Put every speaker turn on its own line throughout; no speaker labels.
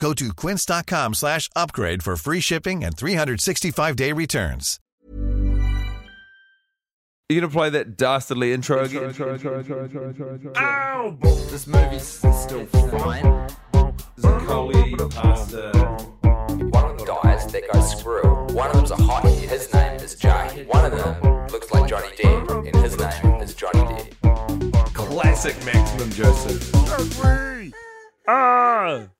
Go to quince.com slash upgrade for free shipping and 365-day returns.
You gonna play that dastardly intro again?
This movie's still fine. One of them dies, that goes screw. One of them's a hottie, his name is Jay. One of them looks like Johnny Depp, and his name is Johnny Depp.
Classic Maximum Joseph.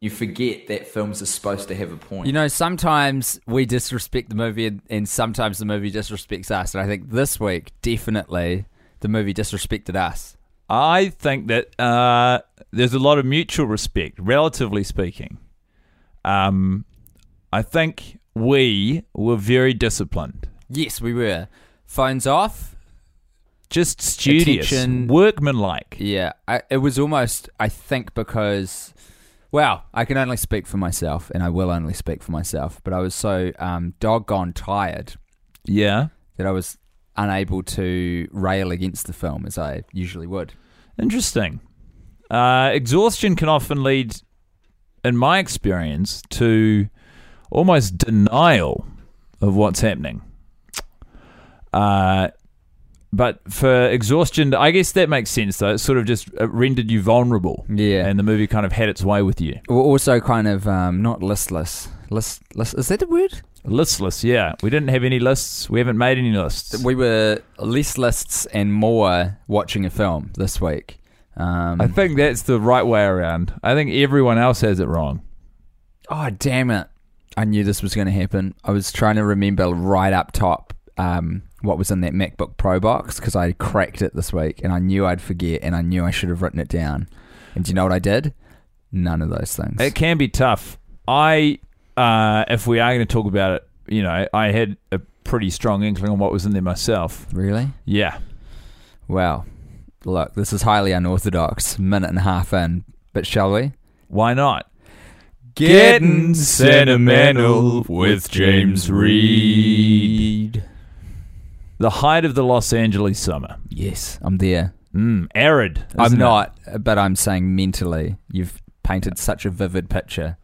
You forget that films are supposed to have a point.
You know, sometimes we disrespect the movie, and, and sometimes the movie disrespects us. And I think this week, definitely, the movie disrespected us.
I think that uh, there's a lot of mutual respect, relatively speaking. Um, I think we were very disciplined,
Yes, we were. Phones off.
just studious,
Attention.
workmanlike.
Yeah, I, it was almost. I think because, well, I can only speak for myself, and I will only speak for myself. But I was so um, doggone tired
Yeah,
that I was unable to rail against the film as I usually would.
interesting. Uh, exhaustion can often lead, in my experience, to almost denial of what's happening. Uh, but for exhaustion, I guess that makes sense though. It sort of just uh, rendered you vulnerable.
Yeah.
And the movie kind of had its way with you.
We're also kind of um, not listless. List, list, is that a word?
Listless, yeah. We didn't have any lists. We haven't made any lists.
We were less lists and more watching a film this week. Um,
I think that's the right way around. I think everyone else has it wrong.
Oh damn it! I knew this was going to happen. I was trying to remember right up top um, what was in that MacBook Pro box because I cracked it this week, and I knew I'd forget, and I knew I should have written it down. And do you know what I did? None of those things.
It can be tough. I, uh, if we are going to talk about it, you know, I had a pretty strong inkling on what was in there myself.
really?
Yeah.
Wow. Look, this is highly unorthodox. Minute and a half in, but shall we?
Why not?
Getting
sentimental with James Reed. The height of the Los Angeles summer.
Yes, I'm there.
Mm, arid.
I'm
isn't it?
not, but I'm saying mentally, you've painted such a vivid picture.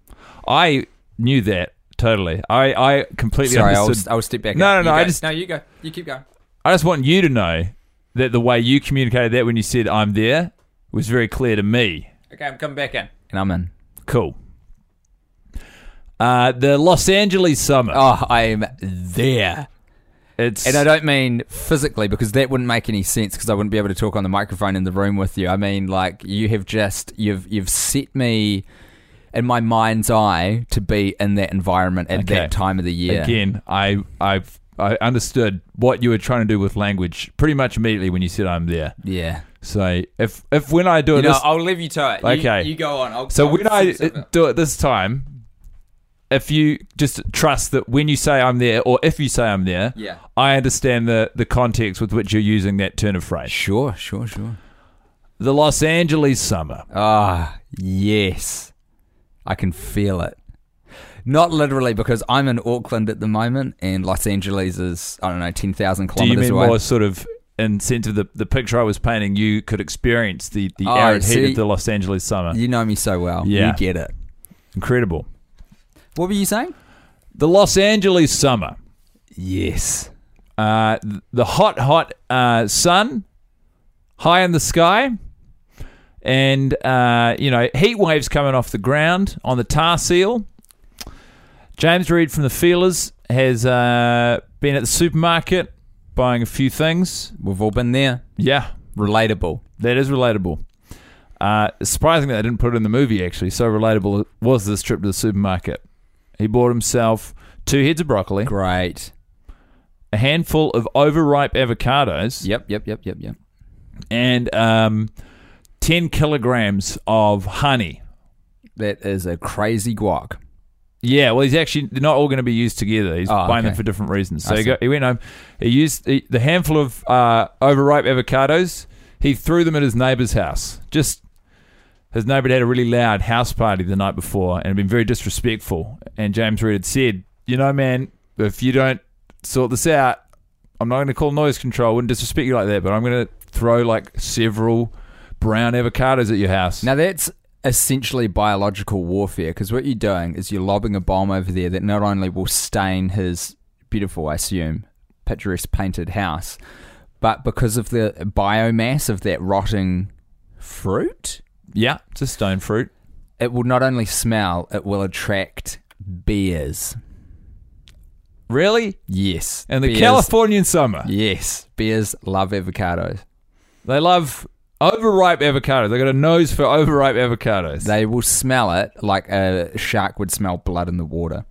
I knew that totally. I, I completely
Sorry, I'll,
understood.
I'll step back.
No,
up.
no,
You
no, I
go.
just-
no. You go. You keep going.
I just want you to know that the way you communicated that when you said I'm there was very clear to me.
Okay, I'm coming back in. And I'm in.
Cool. Uh, the Los Angeles summer.
Oh, I'm there.
it's
And I don't mean physically because that wouldn't make any sense because I wouldn't be able to talk on the microphone in the room with you. I mean like you have just you've you've set me in my mind's eye to be in that environment at
Okay.
that time of the year.
again. I I've I understood what you were trying to do with language pretty much immediately when you said I'm there.
Yeah.
So if if when I do it,
You know,
this,
I'll leave you to it. You-
Okay.
You, go on. I'll,
so
I'll
when I
sip it.
do it this time, if you just trust that when you say I'm there, or if you say I'm there,
Yeah.
I understand the the context with which you're using that turn of phrase.
Sure, sure, sure.
The Los Angeles summer.
Ah, yes. I can feel it. Not literally because I'm in Auckland at the moment and Los Angeles is I don't know 10,000
Do
kilometers
you mean
away.
more sort of in sense of the, the picture I was painting? You could experience the the
Oh,
arid heat
see.
of the Los Angeles summer.
You know me so well.
Yeah.
You get it.
Incredible.
What were you saying?
The Los Angeles summer.
Yes.
Uh, th- the hot, hot uh, sun high in the sky, and uh, you know heat waves coming off the ground on the tar seal. James Reed from the Feelers has uh, Been at the supermarket, buying a few things.
We've all been there.
Yeah,
Relatable.
that is relatable. Uh, it's surprising that they didn't put it in the movie, actually. So relatable was this trip to the supermarket. He bought himself two heads of broccoli,
Great.
a handful of overripe avocados,
Yep, yep, yep, yep, yep.
and um, 10 kilograms of honey.
That is a crazy guac.
Yeah, well, he's actually they're not all going to be used together. He's
Oh,
buying them
okay.
for different reasons. So
I
he,
see.
got, he went home. He used he, the handful of uh, overripe avocados. He threw them at his neighbor's house. Just his neighbor had had a really loud house party the night before and had been very disrespectful. And James Reed had said, "You know, man, if you don't sort this out, I'm not going to call noise control. I wouldn't disrespect you like that, but I'm going to throw like several brown avocados at your house."
Now that's essentially biological warfare because what you're doing is you're lobbing a bomb over there that not only will stain his beautiful, I assume, picturesque painted house, but because of the biomass of that rotting fruit,
yeah, it's a stone fruit.
it will not only smell, it will attract bears.
Really?
Yes.
And the
bears-
Californian summer.
Yes. Bears love avocados.
They love overripe avocados. They got a nose for overripe avocados.
They will smell it like a shark would smell blood in the water.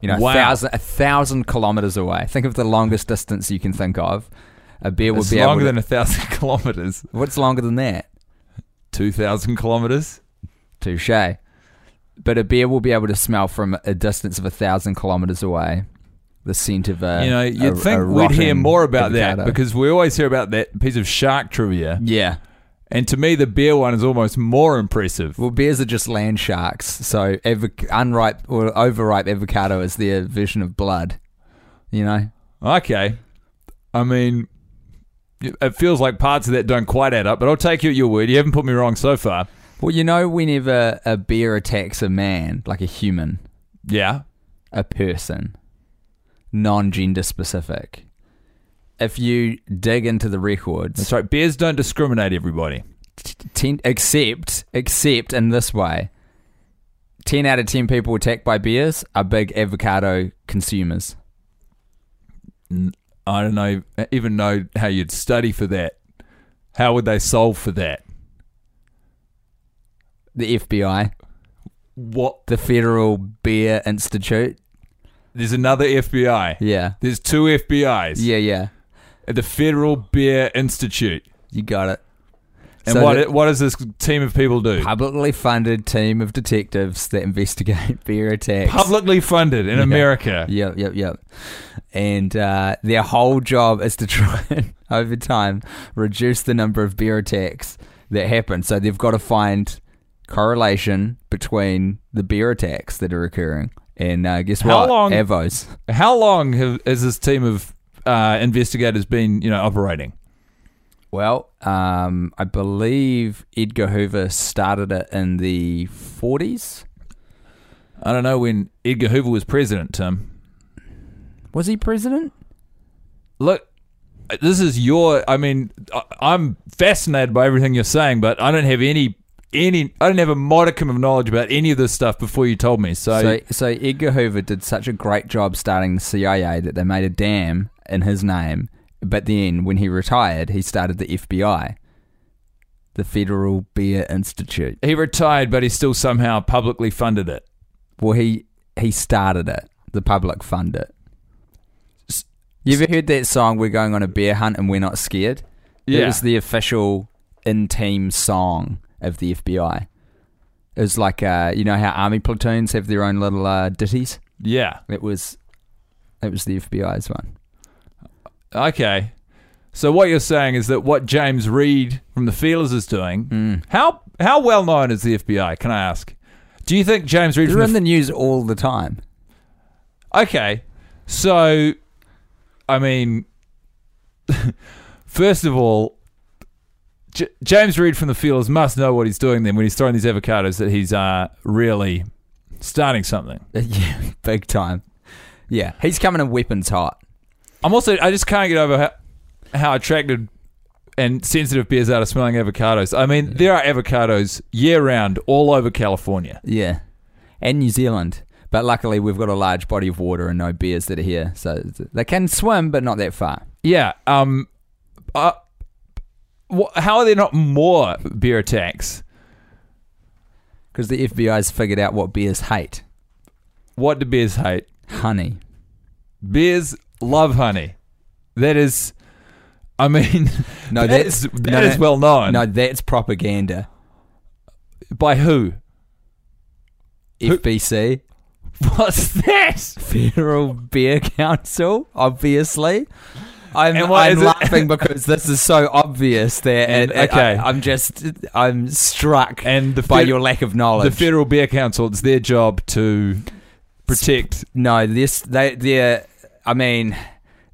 You know,
Wow.
a, thousand, a thousand kilometers away. Think of the longest distance you can think of. A bear would
it's
be
longer
able to,
than a thousand kilometers.
What's longer than that?
Two thousand kilometers.
Touche. But a bear will be able to smell from a distance of a thousand kilometers away the scent of a.
you know,
a-
you'd
a
think we'd hear
rotting
more about that
avocado.
because we always hear about that piece of shark trivia.
yeah.
And to me, the bear one is almost more impressive.
Well, bears are just land sharks, so avoc- unripe or overripe avocado is their version of blood. You know,
Okay, I mean, it feels like parts of that don't quite add up, but I'll take you at your word. You haven't put me wrong so far.
Well, you know, whenever a bear attacks a man, like a human,
Yeah,
a person, non gender specific, if you dig into the records,
that's right. Bears don't discriminate. Everybody.
ten, except, except in this way 10 out of 10 people attacked by bears are big avocado consumers.
I don't know, even know how you'd study for that. How would they solve for that?
The FBI,
What?
the Federal Bear Institute.
There's another FBI.
Yeah.
There's two FBIs.
Yeah, yeah.
At the Federal Bear Institute.
You got it.
And
So
what
the-
what does this team of people do?
Publicly funded team of detectives that investigate bear attacks.
Publicly funded in America.
Yep, yep, yep. And uh, their whole job is to try and, over time, reduce the number of bear attacks that happen. So they've got to find correlation between the bear attacks that are occurring. And uh, guess
How
what?
long-
Avos.
How long have, has this team of uh, investigators been, you know, operating?
Well, um, I believe Edgar Hoover started it in the 40s.
I don't know when Edgar Hoover was president, Tim.
Was he president?
look this is your i mean I, i'm fascinated by everything you're saying but i don't have any any i don't have a modicum of knowledge about any of this stuff before you told me so,
So, so Edgar Hoover did such a great job starting the CIA that they made a dam in his name. But then, when he retired, he started the FBI, the Federal Bear Institute.
he retired but he still somehow publicly funded it
Well, he he started it. The public fund it. You ever heard that song? We're going on a bear hunt and we're not scared. It was the official in-team song of the FBI. It was like uh, you know how army platoons have their own little uh, ditties.
yeah
It was, it was the FBI's one.
okay so what you're saying is that what james reed from the feelers is doing
Hmm.
how how well known is the fbi can i ask do you think james reed
They're
from
in the news all the time.
Okay. So, I mean, first of all, J- James Reed from the Feelers must know what he's doing then when he's throwing these avocados that he's uh, really starting something.
yeah, big time. Yeah, he's coming in weapons hot.
I'm also, I just can't get over how, how attracted and sensitive bears are to smelling avocados. I mean, there are avocados year round all over California.
Yeah, and New Zealand. But luckily, we've got a large body of water and no bears that are here, so they can swim, but not that far.
Yeah. Um. Uh, wha how are there not more bear attacks?
Because the FBI's figured out what bears hate:
What do bears hate?
honey.
Bears love honey. That is, I mean,
No,
that
that's
is that
no,
is
no.
well known.
No, that's propaganda.
By who? Who-
FBC,
What's that?
Federal Beer Council, obviously. I'm,
And what
I'm
is it?
laughing because this is so obvious that and,
And-
okay.
okay.
I, am just I'm struck
And the
by
fed-
your lack of knowledge.
the Federal Bear Council. It's their job to protect.
no, this they they're I mean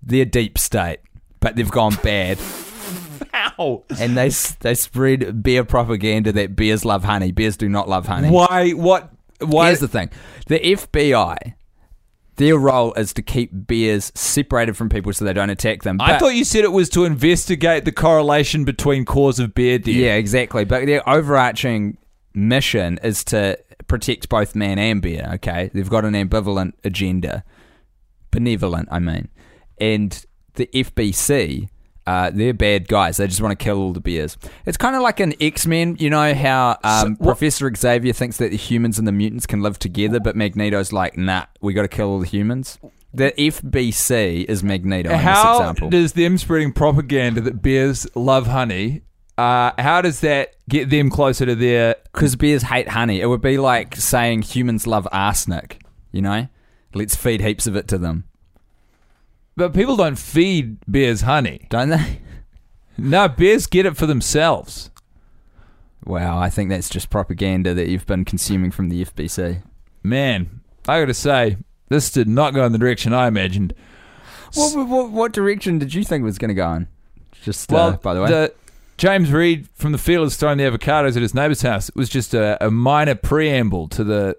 they're deep state, but they've gone bad.
Ow!
and they s- they spread beer propaganda that bears love honey. Bears do not love honey.
Why? What? Why?
Here's the thing: the FBI, their role is to keep bears separated from people so they don't attack them.
I
But-
thought you said it was to investigate the correlation between cause of bear death.
yeah, exactly. But their overarching mission is to protect both man and bear. Okay, they've got an ambivalent agenda, benevolent, I mean, and the FBC. Uh, they're bad guys. They just want to kill all the bears. It's kind of like an X Men. You know how um,
what-
Professor Xavier thinks that the humans and the mutants can live together, but Magneto's like, nah, we got to kill all the humans. The FBC is Magneto in this
How
example.
does them spreading propaganda that bears love honey? Uh, how does that get them closer to their?
Because bears hate honey. It would be like saying humans love arsenic, you know? Let's feed heaps of it to them,
But people don't feed bears honey.
don't they?
No, bears get it for themselves.
Wow, I think that's just propaganda that you've been consuming from the FBC.
Man, I got to say, this did not go in the direction I imagined.
What, what, what direction did you think it was going to go in? Just, uh, by the way.
James Reed from the Fields throwing the avocados at his neighbour's house was just a, a minor preamble to the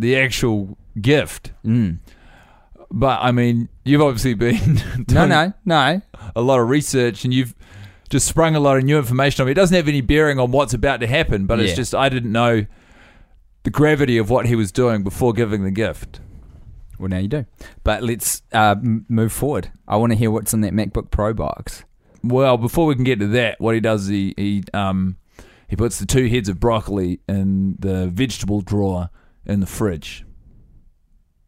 the actual gift.
Mm.
But I mean, you've obviously been
No,
doing
no, no.
a lot of research and you've just sprung a lot of new information on me. It doesn't have any bearing on what's about to happen, but
Yeah.
it's just I didn't know the gravity of what he was doing before giving the gift.
Well, now you do. But let's uh, m- move forward. I want to hear what's in that MacBook Pro box.
Well, before we can get to that, what he does is he he um he puts the two heads of broccoli in the vegetable drawer in the fridge.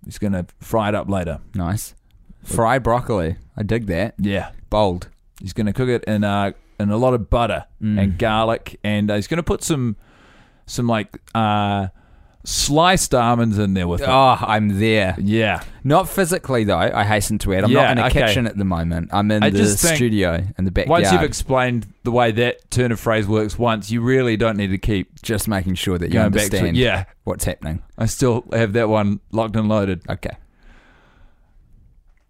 He's gonna fry it up later.
Nice. Fried broccoli. I dig that.
Yeah,
Bold. Mm.
he's gonna cook it in uh in a lot of butter and garlic, and uh, he's gonna put some some like uh sliced almonds in there with it.
Oh, I'm there.
Yeah,
Not physically though. I hasten to add, I'm not
Yeah,
in a
okay.
kitchen at the moment. I'm in
I
the
just think
studio in the backyard,
once you've explained the way that turn of phrase works, once you really don't need to keep
just making sure that you
going back to it.
understand
Yeah,
what's happening.
I still have that one locked and loaded.
Okay.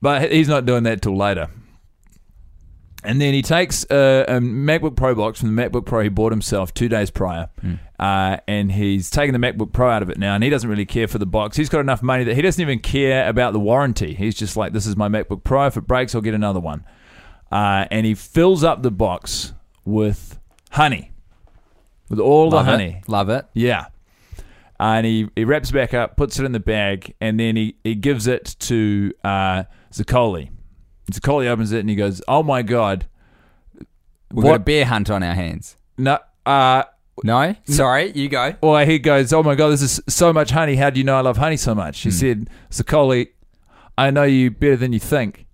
But he's not doing that till later. And then he takes a, a MacBook Pro box from the MacBook Pro he bought himself two days prior,
Hmm.
uh, and he's taken the MacBook Pro out of it now, and he doesn't really care for the box. He's got enough money that he doesn't even care about the warranty. He's just like, "This is my MacBook Pro. If it breaks, I'll get another one." Uh, and he fills up the box with honey, with all
Love
the honey.
it. Love it.
Yeah. And he, he wraps back up, puts it in the bag, and then he, he gives it to uh, Zaccoli. Zaccoli opens it and he goes, Oh my God.
We've got a
What?
bear hunt on our hands.
No. Uh,
No? Sorry, you go.
or he goes, Oh my God, this is so much honey. How do you know I love honey so much? He
Hmm.
said, Zaccoli, I know you better than you think.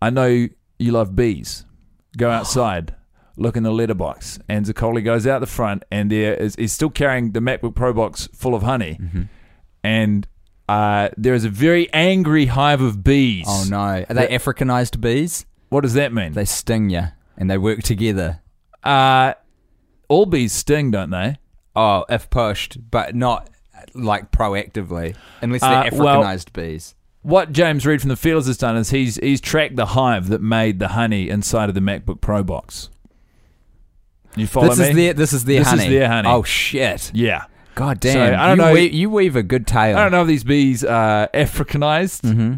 I know you love
Oh.
bees. Go outside, look in the letterbox. And Zaccoli goes out the front, and there is he's still carrying the MacBook Pro box full of honey.
Mm-hmm.
And uh, there is a very angry hive of bees.
Oh no. Are they Africanized bees?
What does that mean?
They sting you and they work together.
uh, all bees sting, don't they?
Oh, if pushed, but not uh, like proactively. Unless they're
Uh, well-
Africanized bees.
what James Reed from the Fields has done is he's he's tracked the hive that made the honey inside of the MacBook Pro box. You follow
This
me?
is their this is their
This is
honey.
their honey.
Oh shit.
yeah.
God damn.
I don't
you
know-
Weave, you weave a good tale.
I don't know if these bees are Africanized
Mm-hmm.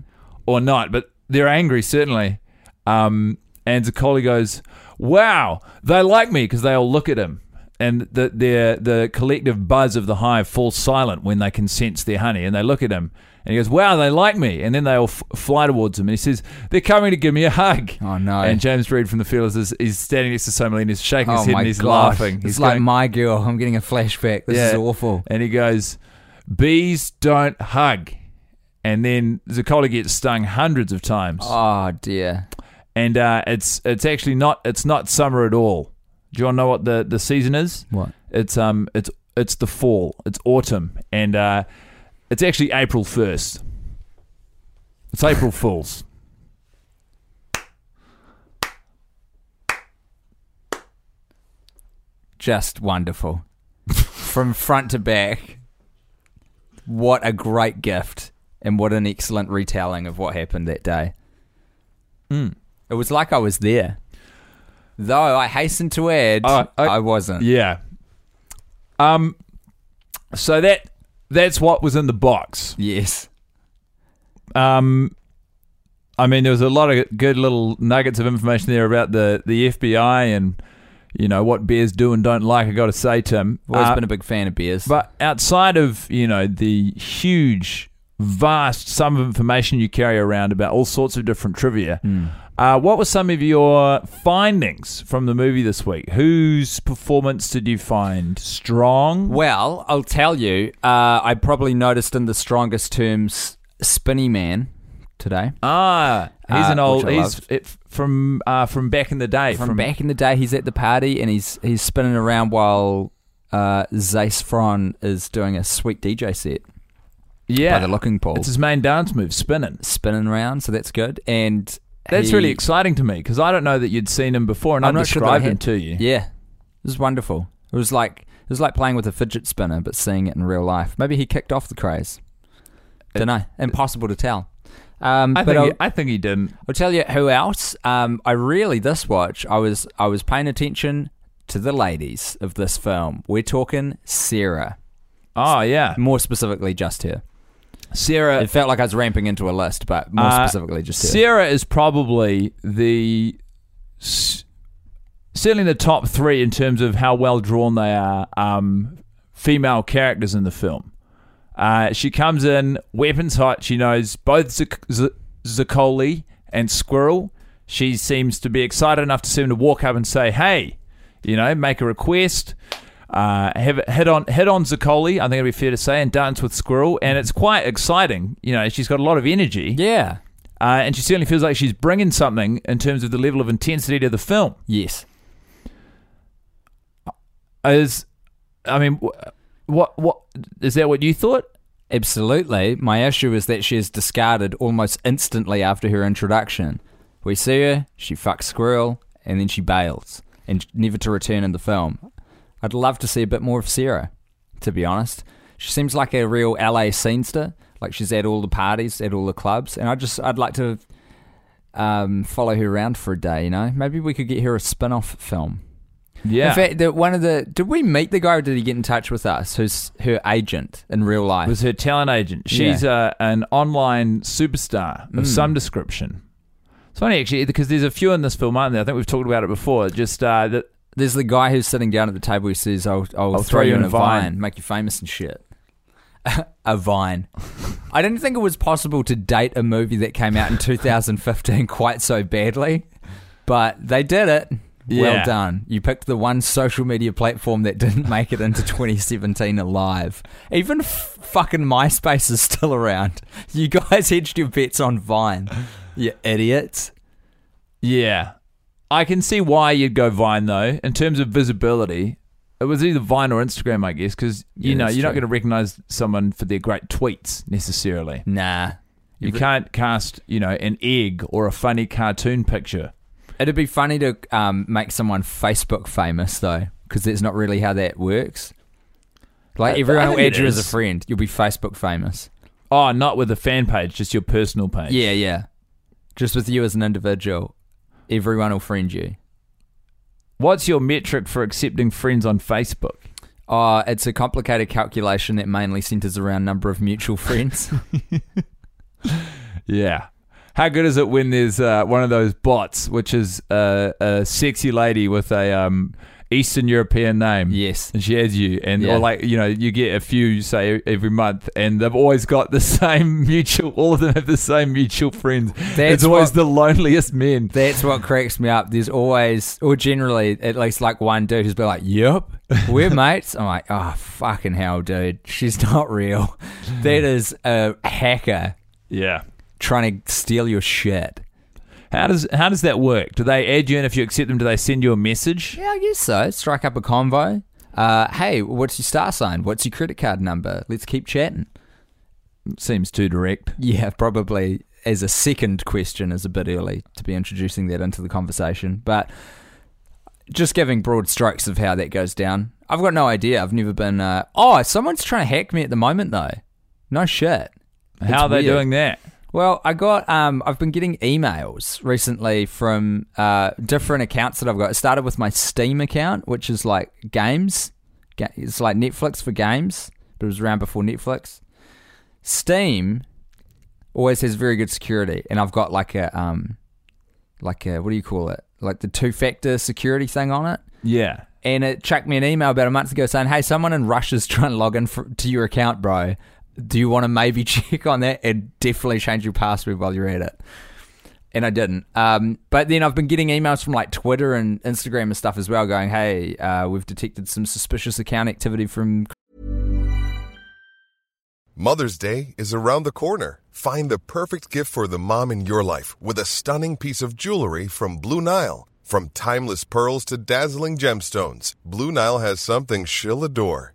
or not, but they're angry certainly. Um, and Zaccoli goes, "Wow, they like me because they all look at him." and the their the collective buzz of the hive falls silent when they can sense their honey, and they look at him, and he goes, "Wow, they like me!" And then they all f- fly towards him, and he says, "They're coming to give me a hug."
Oh, no.
And James Reed from the Feelers is, is standing next to Simon Lee and he's shaking his
Oh
head
my
and he's
gosh.
laughing.
It's
He's
like
going,
my girl. I'm getting a flashback. This is
yeah.
awful.
And he goes, Bees don't hug. And then Ziccola gets stung hundreds of times.
Oh dear.
And uh, it's it's actually not it's not summer at all. Do you want to know what the, the season is?
What?
It's um it's it's the fall. It's autumn. And uh, it's actually April first. It's April Fools.
Just wonderful. From front to back. What a great gift and what an excellent retelling of what happened that day.
Mm.
It was like I was there. Though I hasten to add,
Oh,
I,
I-
wasn't.
Yeah. Um so that that's what was in the box.
Yes.
Um, I mean, there was a lot of good little nuggets of information there about the, the FBI and you know what bears do and don't like. I got to say, Tim,
I've always
Uh,
been a big fan of beers.
but outside of you know the huge, vast sum of information you carry around about all sorts of different trivia,
Hmm.
uh, what were some of your findings from the movie this week? Whose performance did you find strong?
well, I'll tell you, uh, I probably noticed in the strongest terms Spinny Man today.
Ah, he's
Uh,
an old.
which I
He's
loved.
it, from uh, from back in the day.
from, back in the day. He's at the party and he's he's spinning around while uh, Zace Fron is doing a sweet DJ set
yeah,
by the Looking Pool,
It's his main dance move, spinning.
spinning around. So that's good. And
That's
he-
really exciting to me because I don't know that you'd seen him before, and
I'm
I've
not sure that I
described him
had-
to you.
Yeah, it was wonderful. It was like it was like playing with a fidget spinner, but seeing it in real life. Maybe he kicked off the craze. Don't know. Impossible to tell. Um,
I
but
think
I'll-
he, I think he didn't.
I'll tell you who else. Um, I really this watch. I was I was paying attention to the ladies of this film. We're talking Sarah,
Oh yeah,
more specifically, just her.
Sarah.
It felt like I was ramping into a list, but more
Uh,
specifically, just her.
Sarah is probably the s- certainly the top three in terms of how well drawn they are. Um, female characters in the film. Uh, she comes in weapons hot. She knows both Zac- Z- Zaccoli and Squirrel. She seems to be excited enough to seem to walk up and say, "Hey," you know, make a request. Uh, have it head on head on Zaccoli, I think it'd be fair to say, and dance with Squirrel, and it's quite exciting. You know, she's got a lot of energy.
Yeah.
Uh, and she certainly feels like she's bringing something in terms of the level of intensity to the film.
Yes.
Is, I mean, wh- what what is that? What you thought?
Absolutely. My issue is that she is discarded almost instantly after her introduction. We see her, she fucks Squirrel, and then she bails, and never to return in the film. I'd love to see a bit more of Sarah, to be honest. She seems like a real LA scenester. Like she's at all the parties, at all the clubs, and I just I'd like to um, follow her around for a day. You know, maybe we could get her a spin-off film.
Yeah.
In fact, the, one of the did we meet the guy or did he get in touch with us? Who's her agent in real life?
was her talent agent. She's uh, an online superstar
Mm.
of some description. It's funny actually because there's a few in this film, aren't there? I think we've talked about it before. Just uh, that
There's the guy who's sitting down at the table who says, I'll, I'll, throw, you in a vine, make you famous and shit. a vine. I didn't think it was possible to date a movie that came out in 2015 quite so badly, but they did it. Well
Yeah.
done. You picked the one social media platform that didn't make it into 2017 alive. Even f- fucking MySpace is still around. You guys hedged your bets on Vine. You idiots.
yeah, I can see why you'd go Vine though. In terms of visibility, it was either Vine or Instagram, I guess, because you
Yeah,
know
that's
you're not
true.
going to recognize someone for their great tweets necessarily.
Nah.
You can't cast, you know, an egg or a funny cartoon picture.
It'd be funny to um, make someone Facebook famous though, because that's not really how that works. Like
I-
everyone
I
will
think
add
it
you as a
is.
friend. You'll be Facebook famous.
Oh, not with a fan page, just your personal page.
Yeah, yeah. Just with you as an individual, everyone will friend you.
What's your metric for accepting friends on Facebook?
Uh, it's a complicated calculation that mainly centers around number of mutual friends.
Yeah. How good is it when there's uh, one of those bots, which is uh, a sexy lady with a um, Eastern European name.
Yes.
And she adds you, and
Yeah.
or like you know, you get a few say every month, and they've always got the same mutual. All of them have the same mutual friends. it's
That's
always
what-
the loneliest men.
That's what cracks me up. There's always, or generally, at least like one dude who's been like, "Yep, we're mates." I'm like, "Oh fucking hell, dude, she's not real. That is a hacker
yeah.
trying to steal your shit."
How does how does that work? Do they add you, and if you accept them, do they send you a message?
Yeah, I guess so. Strike up a convo. Uh, hey, what's your star sign? What's your credit card number? Let's keep chatting.
Seems too direct.
Yeah, probably as a second question is a bit early to be introducing that into the conversation, but just giving broad strokes of how that goes down. I've got no idea. I've never been. Uh, oh, someone's trying to hack me at the moment though. No shit.
How are they
weird.
doing that?
Well, I got. Um, I've been getting emails recently from uh, different accounts that I've got. It started with my Steam account, which is like games. Ga- It's like Netflix for games, but it was around before Netflix. Steam always has very good security, and I've got like a um, like a what do you call it? Like the two-factor security thing on it
Yeah.
and it chucked me an email about a month ago saying, "Hey, someone in Russia's trying to log in for, to your account, bro. Do you want to maybe check on that and definitely change your password while you're at it?" And I didn't. Um, but then I've been getting emails from like Twitter and Instagram and stuff as well, going, "Hey, uh, we've detected some suspicious account activity from."
Mother's Day is around the corner. Find the perfect gift for the mom in your life with a stunning piece of jewelry from Blue Nile. From timeless pearls to dazzling gemstones, Blue Nile has something she'll adore.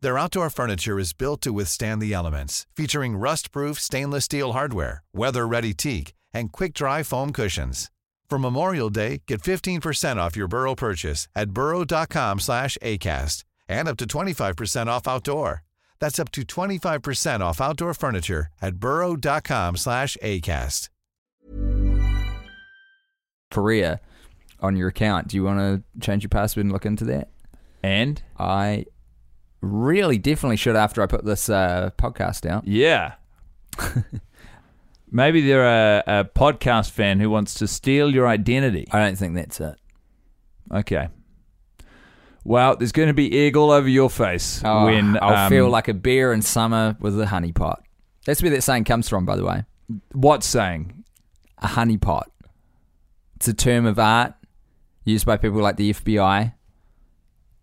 Their outdoor furniture is built to withstand the elements, featuring rust-proof stainless steel hardware, weather-ready teak, and quick-dry foam cushions. For Memorial Day, get 15% off your Burrow purchase at burrow.com/acast and up to 25% off outdoor. That's up to 25% off outdoor furniture at burrow.com/acast.
Korea on your account. Do you want to change your password and look into that?
And
I really definitely should after I put this uh, podcast out.
yeah. Maybe they're a, a podcast fan who wants to steal your identity.
I don't think that's it.
Okay. Well, there's going to be egg all over your face
Oh,
when
I'll
um,
feel like a bear in summer with a honey pot. That's where that saying comes from, by the way.
what's saying.
A honey pot. It's a term of art used by people like the FBI.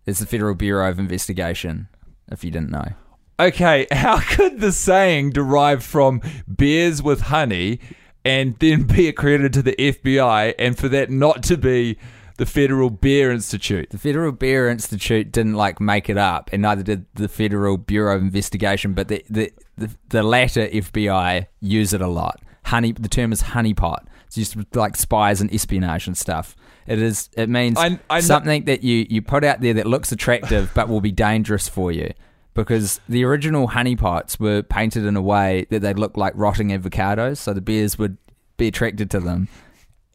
It's the Federal Bureau of Investigation. If you didn't know,
Okay, how could the saying derive from beers with honey and then be accredited to the FBI and for that not to be the Federal Beer Institute?
the Federal Bear Institute didn't like make it up, and neither did the Federal Bureau of Investigation. But the the the, the latter FBI use it a lot. Honey, the term is honey pot. It's used with like spies and espionage and stuff. It is. It means
I- I kn-
something that you you put out there that looks attractive but will be dangerous for you. Because the original honey pots were painted in a way that they looked like rotting avocados, so the bears would be attracted to them.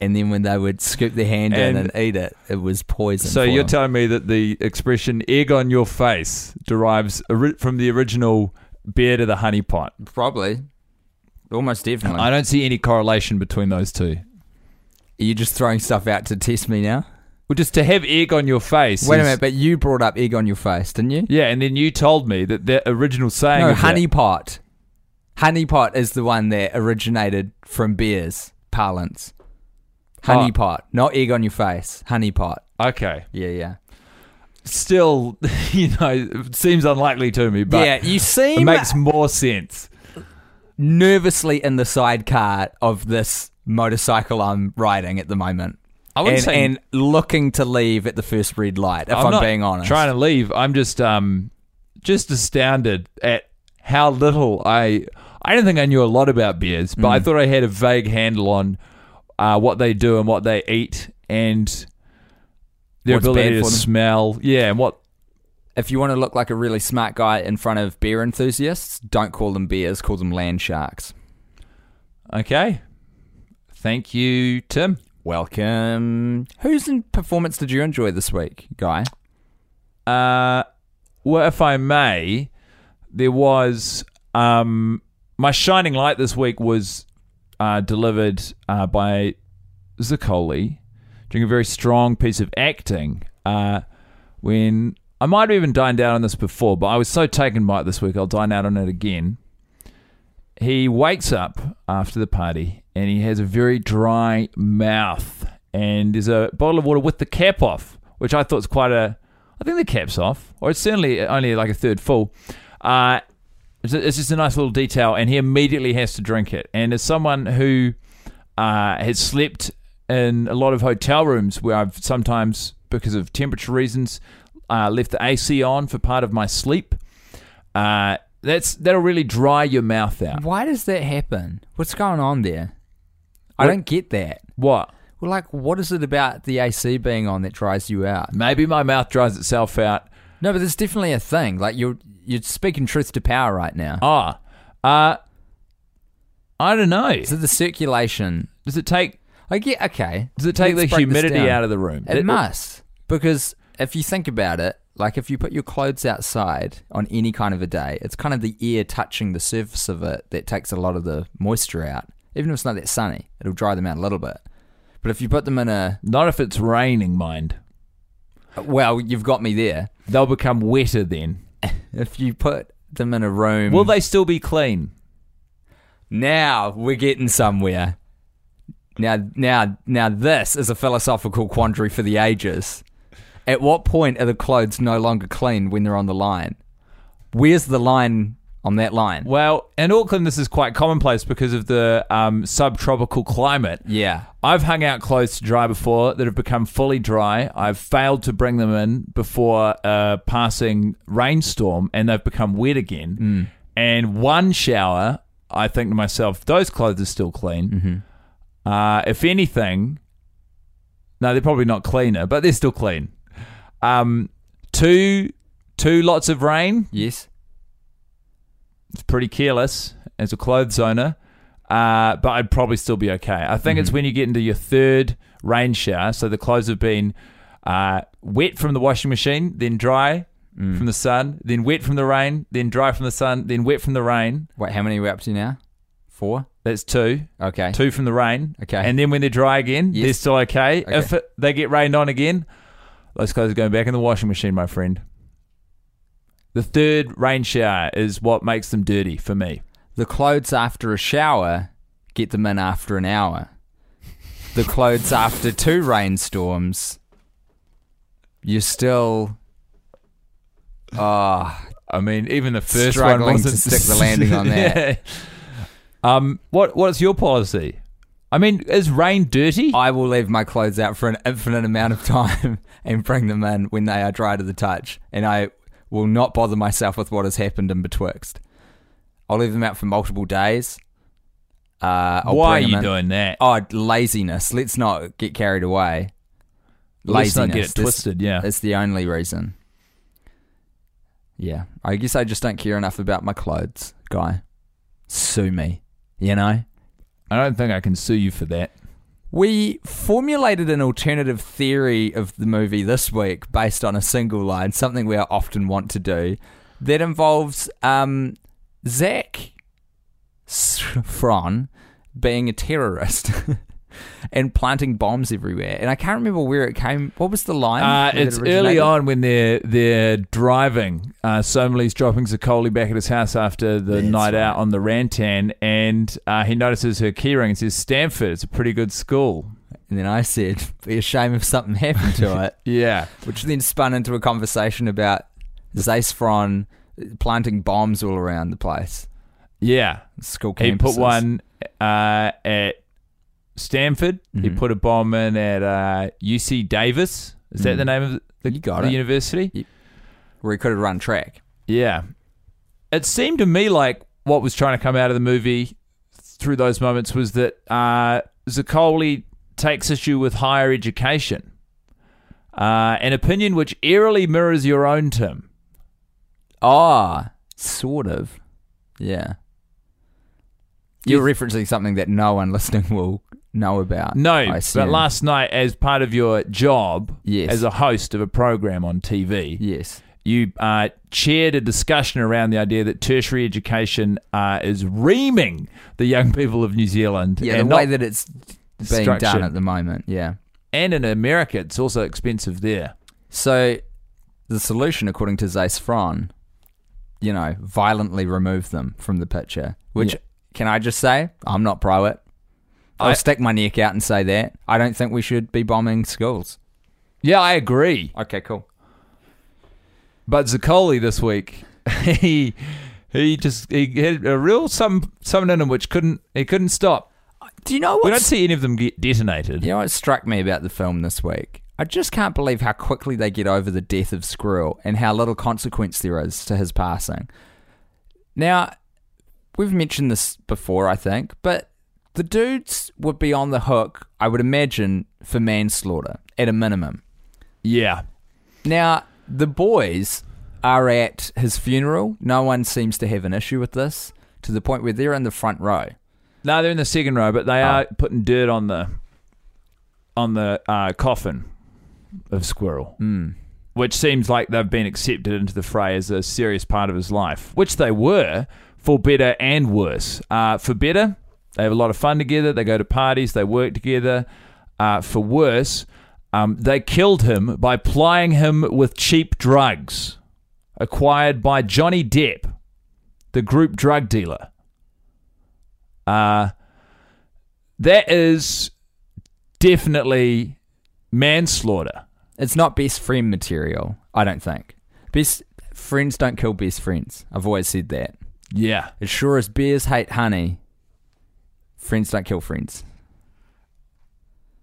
And then when they would scoop their hand in
And-
and eat it, it was poison.
So
for
you're
them.
telling me that the expression egg on your face derives ori- from the original beer to the honey pot.
Probably. Almost definitely.
I don't see any correlation between those two.
Are you just throwing stuff out to test me now?
Well, just to have egg on your face.
Wait a
is-
minute, but you brought up egg on your face, didn't you?
Yeah, and then you told me that the original saying.
No,
of that-
honey pot. Honey pot is the one that originated from beers parlance. Honey
Oh.
pot, not egg on your face. Honey pot.
Okay.
Yeah, yeah.
still, you know, it seems unlikely to me, but
yeah, you
it
seem
makes more sense.
nervously in the sidecar of this motorcycle I'm riding at the moment.
I wouldn't
And,
say
and looking to leave at the first red light, if I'm,
not
being honest.
Trying to leave. I'm just um just astounded at how little I I don't think I knew a lot about beers, but
Mm.
I thought I had a vague handle on uh, what they do and what they eat and their
What's
ability
bad
to
for them.
smell. Yeah, and what
if you want to look like a really smart guy in front of beer enthusiasts, don't call them beers, call them land sharks.
okay. Thank you, Tim.
Welcome. Whose in performance did you enjoy this week, Guy?
Uh, well, if I may, there was um, my shining light this week was uh, delivered uh, by Zaccoli doing a very strong piece of acting. Uh, when I might have even dined out on this before, but I was so taken by it this week, I'll dine out on it again. He wakes up after the party and he has a very dry mouth, and there's a bottle of water with the cap off, which I thought was quite a. I think the cap's off, or it's certainly only like a third full. Uh, it's, it's just a nice little detail, and he immediately has to drink it. And as someone who uh, has slept in a lot of hotel rooms where I've sometimes, because of temperature reasons, uh, left the AC on for part of my sleep. Uh, that's that'll really dry your mouth out.
Why does that happen? What's going on there? I
What-
don't get that.
What?
Well, like, what is it about the AC being on that dries you out?
Maybe my mouth dries itself out.
No, but there's definitely a thing. Like, you're you're speaking truth to power right now.
Ah, uh, I don't know.
Is it the circulation?
Does it take?
I get oh, okay.
Does it take
Let's
the
break this
humidity
down.
out of the room?
It,
That-
must because if you think about it, like if you put your clothes outside on any kind of a day, it's kind of the air touching the surface of it that takes a lot of the moisture out. Even if it's not that sunny, it'll dry them out a little bit. But if you put them in a
Not if it's raining, mind.
well, you've got me there.
They'll become wetter then.
If you put them in a room,
Will they still be clean?
now we're getting somewhere. Now, now, now, this is a philosophical quandary for the ages. At what point are the clothes no longer clean when they're on the line? Where's the line on that line?
Well, in Auckland, this is quite commonplace because of the um, subtropical climate.
Yeah.
I've hung out clothes to dry before that have become fully dry. I've failed to bring them in before a passing rainstorm and they've become wet again. And one shower, I think to myself, those clothes are still clean. Uh, if anything, no, they're probably not cleaner, but they're still clean. Um, two, two lots of rain.
Yes.
It's pretty careless as a clothes owner, uh, but I'd probably still be okay. I think
Mm-hmm.
it's when you get into your third rain shower, so the clothes have been uh, wet from the washing machine, then dry
Mm.
from the sun, then wet from the rain, then dry from the sun, then wet from the rain.
Wait, how many are we up to now? Four.
That's two.
Okay.
Two from the rain.
Okay.
And then when they're dry again,
Yes.
they're still okay.
Okay.
If it, they get rained on again, those clothes are going back in the washing machine, my friend. The third rain shower is what makes them dirty for me.
The clothes after a shower, get them in after an hour. The clothes after two rainstorms, you're still. Ah.
I mean, even the first
Struggling
one
to
wasn't
stick the landing on that.
Yeah. Um, what what's your policy? I mean, is rain dirty?
I will leave my clothes out for an infinite amount of time and bring them in when they are dry to the touch, and I will not bother myself with what has happened in betwixt. I'll leave them out for multiple days. Uh, I'll
Why
bring
are
them
you
in-
doing that?
Oh, laziness. Let's not get carried away.
Let's not get
Laziness.
it
This-
twisted, yeah.
That's the only reason. Yeah. I guess I just don't care enough about my clothes, guy. Sue me. You know?
I don't think I can sue you for that.
We formulated an alternative theory of the movie this week based on a single line, something we often want to do, that involves um, Zach Fron being a terrorist and planting bombs everywhere. And I can't remember where it came. What was the line?
Uh,
where it
it's early
originated?
on when they're they're driving. Uh, Somley's dropping Zaccoli back at his house after the night out on the Rantan, and uh, he notices her keyring and says, "Stanford, it's a pretty good school."
And then I said, be ashamed if something happened to it.
Yeah.
Which then spun into a conversation about Zacefron planting bombs all around the place,
Yeah.
school campuses.
He put one uh, at Stanford. He
Mhm.
put a bomb in at uh, UC Davis. Is that
Mm.
the name of the,
You got
the
it.
university?
where he could have run track.
Yeah. It seemed to me like what was trying to come out of the movie through those moments was that uh, Zaccoli takes issue with higher education, uh, an opinion which eerily mirrors your own, Tim.
Ah, sort of. Yeah. You're referencing something that no one listening will know about. I
No, but
assume.
last night, as part of your job
Yes.
as a host of a program on TV,
Yes.
you uh, chaired a discussion around the idea that tertiary education uh, is reaming the young people of New Zealand.
Yeah,
and
the way
not-
that it's being
Structured.
done at the moment. Yeah.
and in America, it's also expensive there.
So the solution, according to Zace Fron, you know, violently remove them from the picture. Which
Yeah.
can I just say, I'm not pro it. I'll
I-
stick my neck out and say that. I don't think we should be bombing schools.
Yeah, I agree.
Okay, cool.
But Zaccoli this week, he he just he had a real some something in him which couldn't he couldn't stop.
Do you know
We don't
what?
see any of them get detonated.
You know what struck me about the film this week? I just can't believe how quickly they get over the death of Squirrel and how little consequence there is to his passing. Now, we've mentioned this before, I think, but the dudes would be on the hook, I would imagine, for manslaughter at a minimum.
Yeah,
Now, the boys are at his funeral. No one seems to have an issue with this to the point where they're in the front row.
no, they're in the second row, but they are putting dirt on the on the uh, coffin of Squirrel, which seems like they've been accepted into the fray as a serious part of his life, which they were for better and worse. Uh, for better, they have a lot of fun together. They go to parties. They work together. Uh, for worse, um, they killed him by plying him with cheap drugs acquired by Johnny Depp, the group drug dealer. Uh, that is definitely manslaughter.
It's not best friend material, I don't think. Best friends don't kill best friends. I've always said that.
Yeah.
As sure as bears hate honey, friends don't kill friends.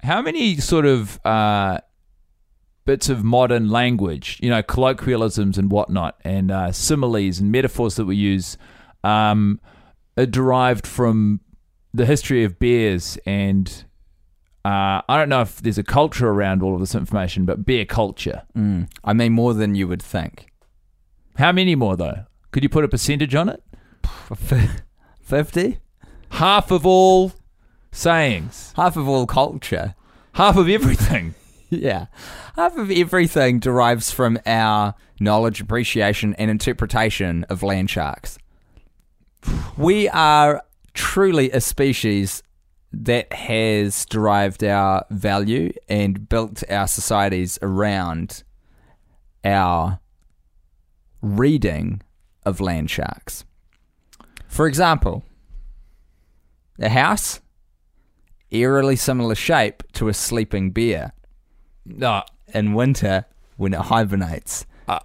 How many sort of uh, bits of modern language, you know, colloquialisms and whatnot, and uh, similes and metaphors that we use um, are derived from the history of bears? And uh, I don't know if there's a culture around all of this information, but bear culture.
Mm. I mean, more than you would think.
How many more, though? Could you put a percentage on it?
50?
Half of all sayings,
Half of all culture.
half of everything.
Yeah. Half of everything derives from our knowledge, appreciation, and interpretation of land sharks. We are truly a species that has derived our value and built our societies around our reading of land sharks. For example, a house, eerily similar shape to a sleeping bear
No,
in winter when it hibernates.
Uh,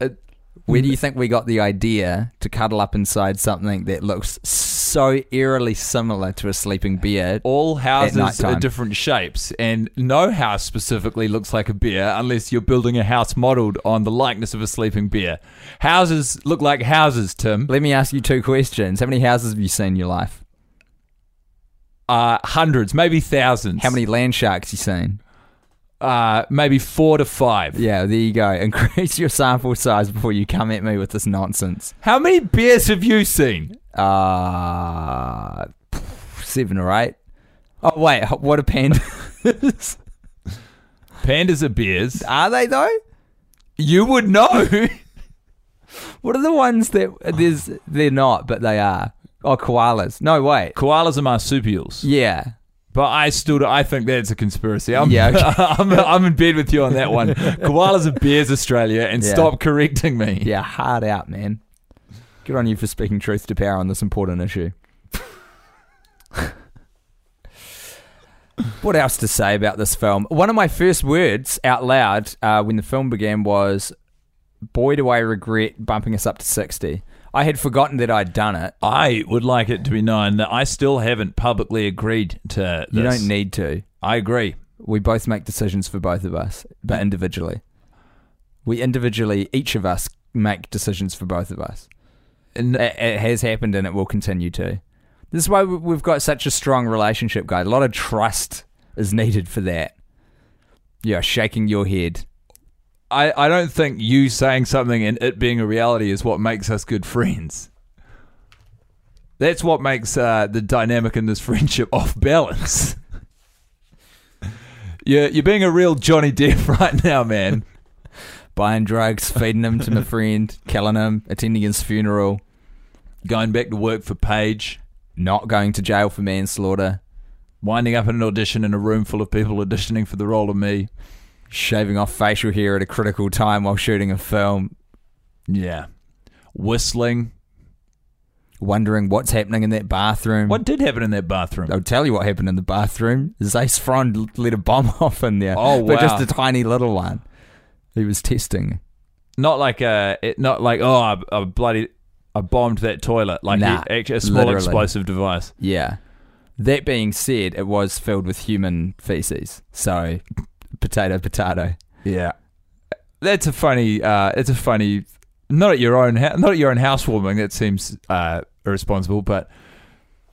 it- Mm.
Where do you think we got the idea to cuddle up inside something that looks so eerily similar to a sleeping bear?
all houses
nighttime.
are different shapes, and no house specifically looks like a bear unless you're building a house modeled on the likeness of a sleeping bear. Houses look like houses, Tim.
Let me ask you two questions. How many houses have you seen in your life?
Uh, hundreds, maybe thousands.
How many land sharks you seen?
Uh, maybe four to five.
Yeah, there you go. Increase your sample size before you come at me with this nonsense.
How many bears have you seen?
Uh, seven or eight. Oh wait, what a panda!
Pandas are bears.
Are they though?
You would know.
What are the ones that there's? They're not, but they are. Oh, koalas. No, wait.
Koalas are marsupials,
Yeah.
but I still do, I think that's a conspiracy. I'm,
Yeah, okay.
I'm, I'm in bed with you on that one. Koalas are bears, Australia, and
Yeah.
stop correcting me.
Yeah, hard out, man. Good on you for speaking truth to power on this important issue. What else to say about this film? One of my first words out loud uh, when the film began was, "Boy, do I regret bumping us up to 60. I had forgotten that I'd done it.
I would like it to be known that I still haven't publicly agreed to
You
this.
don't need to.
I agree.
We both make decisions for both of us, but individually. We individually, each of us, make decisions for both of us. And it, it has happened and it will continue to. This is why we- we've got such a strong relationship, guys. A lot of trust is needed for that. You're shaking your head.
I, I don't think you saying something and it being a reality is what makes us good friends. That's what makes uh, the dynamic in this friendship off balance. you're, you're being a real Johnny Depp right now, man.
Buying drugs, feeding them to my friend, killing him, attending his funeral,
Going back to work for Paige,
not going to jail for manslaughter,
winding up in an audition in a room full of people auditioning for the role of me.
shaving off facial hair at a critical time while shooting a film,
Yeah. Whistling.
wondering what's happening in that bathroom.
What did happen in that bathroom?
I'll tell you what happened in the bathroom. Zace Frond let a bomb off in there.
Oh,
But just
wow.
a tiny little one. He was testing.
not like a it, not like oh I, I bloody I bombed that toilet like
Nah,
a, actually a small
literally.
explosive device.
Yeah. That being said, it was filled with human feces. So, potato, potato.
Yeah, that's a funny. Uh, it's a funny. Not at your own hou- not at your own housewarming. That seems uh, irresponsible, but.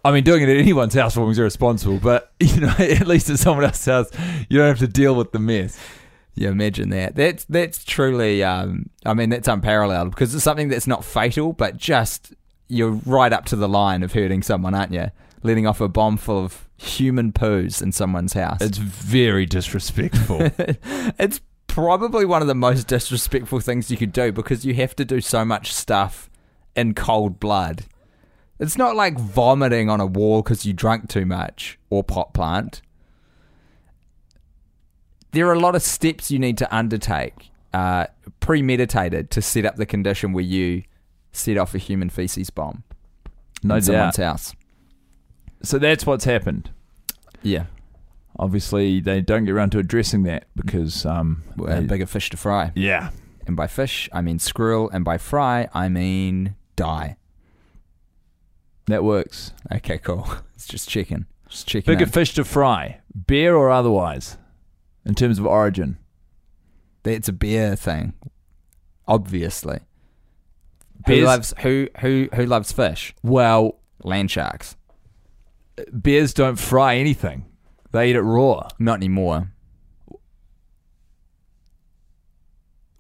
I mean, doing it at anyone's housewarming is irresponsible, but you know, at least at someone else's house, you don't have to deal with the mess.
Yeah, imagine that. That's that's truly. Um, I mean, that's unparalleled because it's something that's not fatal, but just you're right up to the line of hurting someone, aren't you? Letting off a bomb full of human poos in someone's house.
It's very disrespectful.
it's probably one of the most disrespectful things you could do because you have to do so much stuff in cold blood. It's not like vomiting on a wall because you drank too much or pot plant. There are a lot of steps you need to undertake, uh, premeditated, to set up the condition where you set off a human feces bomb
no
in someone's
doubt.
house.
So that's what's happened.
Yeah,
Obviously, they don't get around to addressing that because um,
well,
they-
bigger fish to fry.
yeah,
And by fish, I mean squirrel, and by fry, I mean die.
that works.
Okay, cool. It's just chicken. Just chicken.
Bigger fish to fry, beer or otherwise, in terms of origin.
it's a beer thing, obviously. Who
Beers-
loves who who who loves fish?
Well,
Land sharks.
beers don't fry anything; they eat it raw.
Not anymore.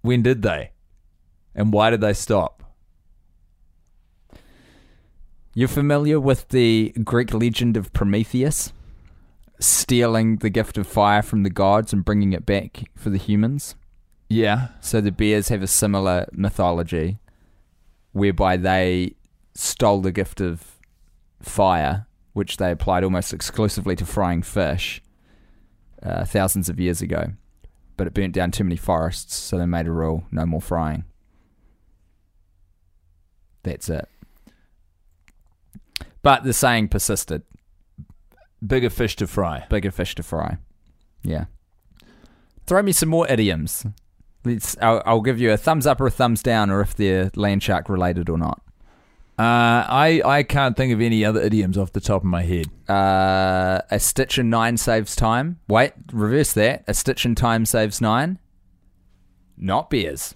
When did they? And why did they stop?
You're familiar with the Greek legend of Prometheus stealing the gift of fire from the gods and bringing it back for the humans?
Yeah,
So the bears have a similar mythology whereby they stole the gift of fire, which they applied almost exclusively to frying fish uh, thousands of years ago. But it burnt down too many forests, so they made a rule no more frying. That's it. But the saying persisted
bigger fish to fry.
bigger fish to fry. Yeah. Throw me some more idioms. Let's. I'll, I'll give you a thumbs up or a thumbs down, or if they're land shark related or not.
Uh, I I can't think of any other idioms off the top of my head.
Uh, a stitch in nine saves time. Wait, reverse that. A stitch in time saves nine. Not beers.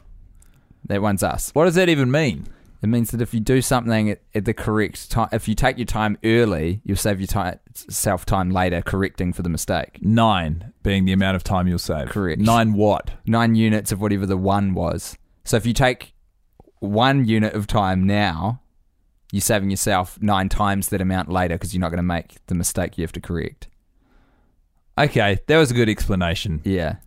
That one's us.
What does that even mean?
It means that if you do something at, at the correct time, if you take your time early, you'll save your ti self time later correcting for the mistake.
Nine being the amount of time you'll save.
Correct.
Nine what?
nine units of whatever the one was. So if you take one unit of time now, you're saving yourself nine times that amount later because you're not going to make the mistake you have to correct.
Okay, that was a good explanation.
Yeah,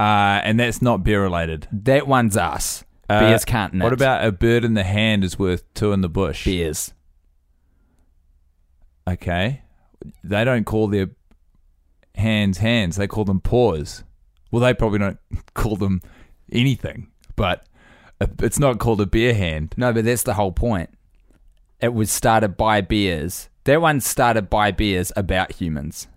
Uh, and that's not beer related.
that one's us.
Uh,
Bears can't knit.
What about a bird in the hand is worth two in the bush?
bears?
Okay. They don't call their hands hands, they call them paws. Well, they probably don't call them anything, but it's not called a beer hand.
No, but that's the whole point. It was started by bears. That one started by bears about humans.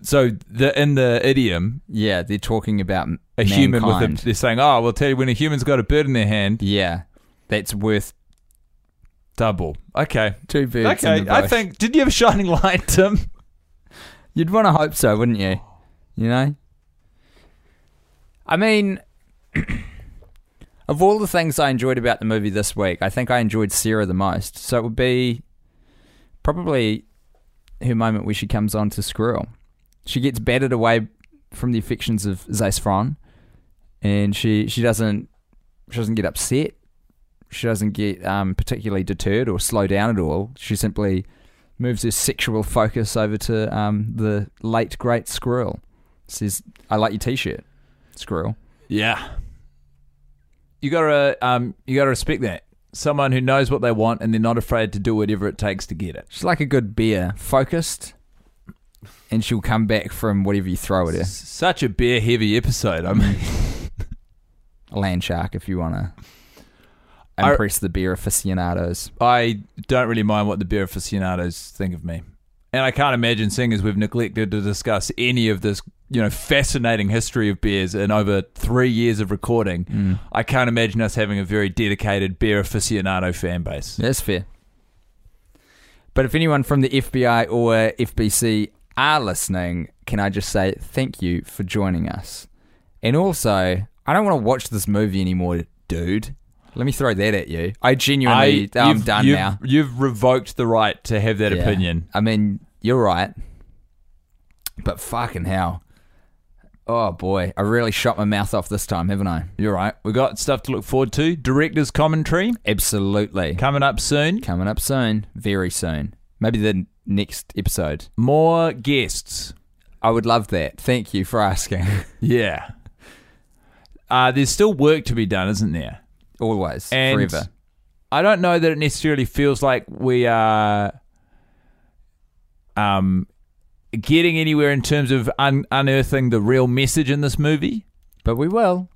so the in the idiom,
Yeah, they're talking about m-
a human with a,
mankind.
they're saying, oh, well, tell you when a human's got a bird in their hand,
Yeah, that's worth
double. Okay,
two birds. in
okay.
the
I
bush.
think. Did you have a shining light, Tim?
You'd want to hope so, wouldn't you? You know? I mean, of all the things I enjoyed about the movie this week, I think I enjoyed Sarah the most. So it would be probably her moment where she comes on to Squirrel. She gets battered away from the affections of Zeisfron, and she, she doesn't she doesn't get upset. She doesn't get um, particularly deterred or slow down at all. She simply moves his sexual focus over to um, the late great Squirrel. Says, "I like your t-shirt, Squirrel."
Yeah. You gotta um you gotta respect that. Someone who knows what they want and they're not afraid to do whatever it takes to get it.
She's like a good beer, focused, and she'll come back from whatever you throw at her.
S- Such a beer heavy episode. I mean
A land shark, if you want to
I-
impress the beer aficionados.
I don't really mind what the beer aficionados think of me. And I can't imagine seeing as we've neglected to discuss any of this, you know, fascinating history of beers in over three years of recording.
Hmm.
I can't imagine us having a very dedicated beer aficionado fan base.
That's fair. But if anyone from the FBI or uh, FBC are listening, can I just say thank you for joining us? And also, I don't want to watch this movie anymore, dude. Let me throw that at you. I genuinely, I, am
you've-
done
you've-
now.
You've revoked the right to have that
Yeah.
opinion.
I mean, you're right. But fucking hell. Oh boy, I really shot my mouth off this time, haven't I?
You're right. We got stuff to look forward to. Director's commentary
Absolutely.
coming up soon.
Coming up soon, very soon. Maybe the next episode.
More guests.
I would love that. Thank you for asking.
Yeah. Uh, there's still work to be done, isn't there?
Always.
And
forever.
I don't know that it necessarily feels like we are um, getting anywhere in terms of un- unearthing the real message in this movie.
But we will.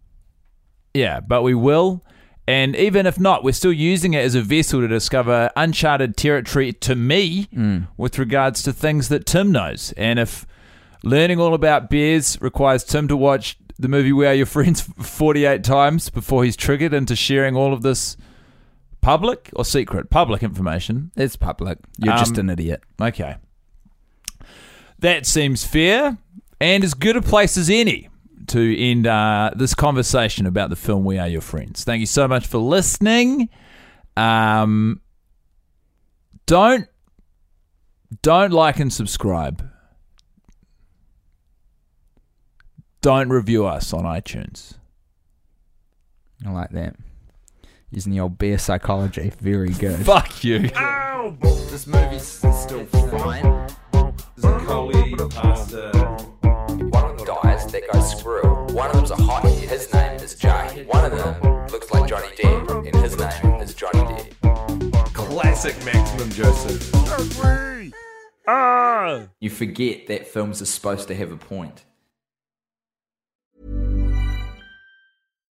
Yeah, but we will. And even if not, we're still using it as a vessel to discover uncharted territory to me with regards to things that Tim knows. And if learning all about beers requires Tim to watch the movie We Are Your Friends 48 times before he's triggered into sharing all of this public or secret? Public information.
It's public. You're
Um,
just an idiot.
Okay. That seems fair and as good a place as any to end uh, this conversation about the film We Are Your Friends. Thank you so much for listening. Um, don't don't like and subscribe. Don't review us on iTunes.
I like that. Using the old bear psychology. Very good.
Fuck you.
This movie's still fine. uh, One of them dies, they go screw. One of them's a hottie, his name is Jay. One of them looks like Johnny Depp, and his name is Johnny Depp.
Classic Maximum Joseph.
You forget that films are supposed to have a point.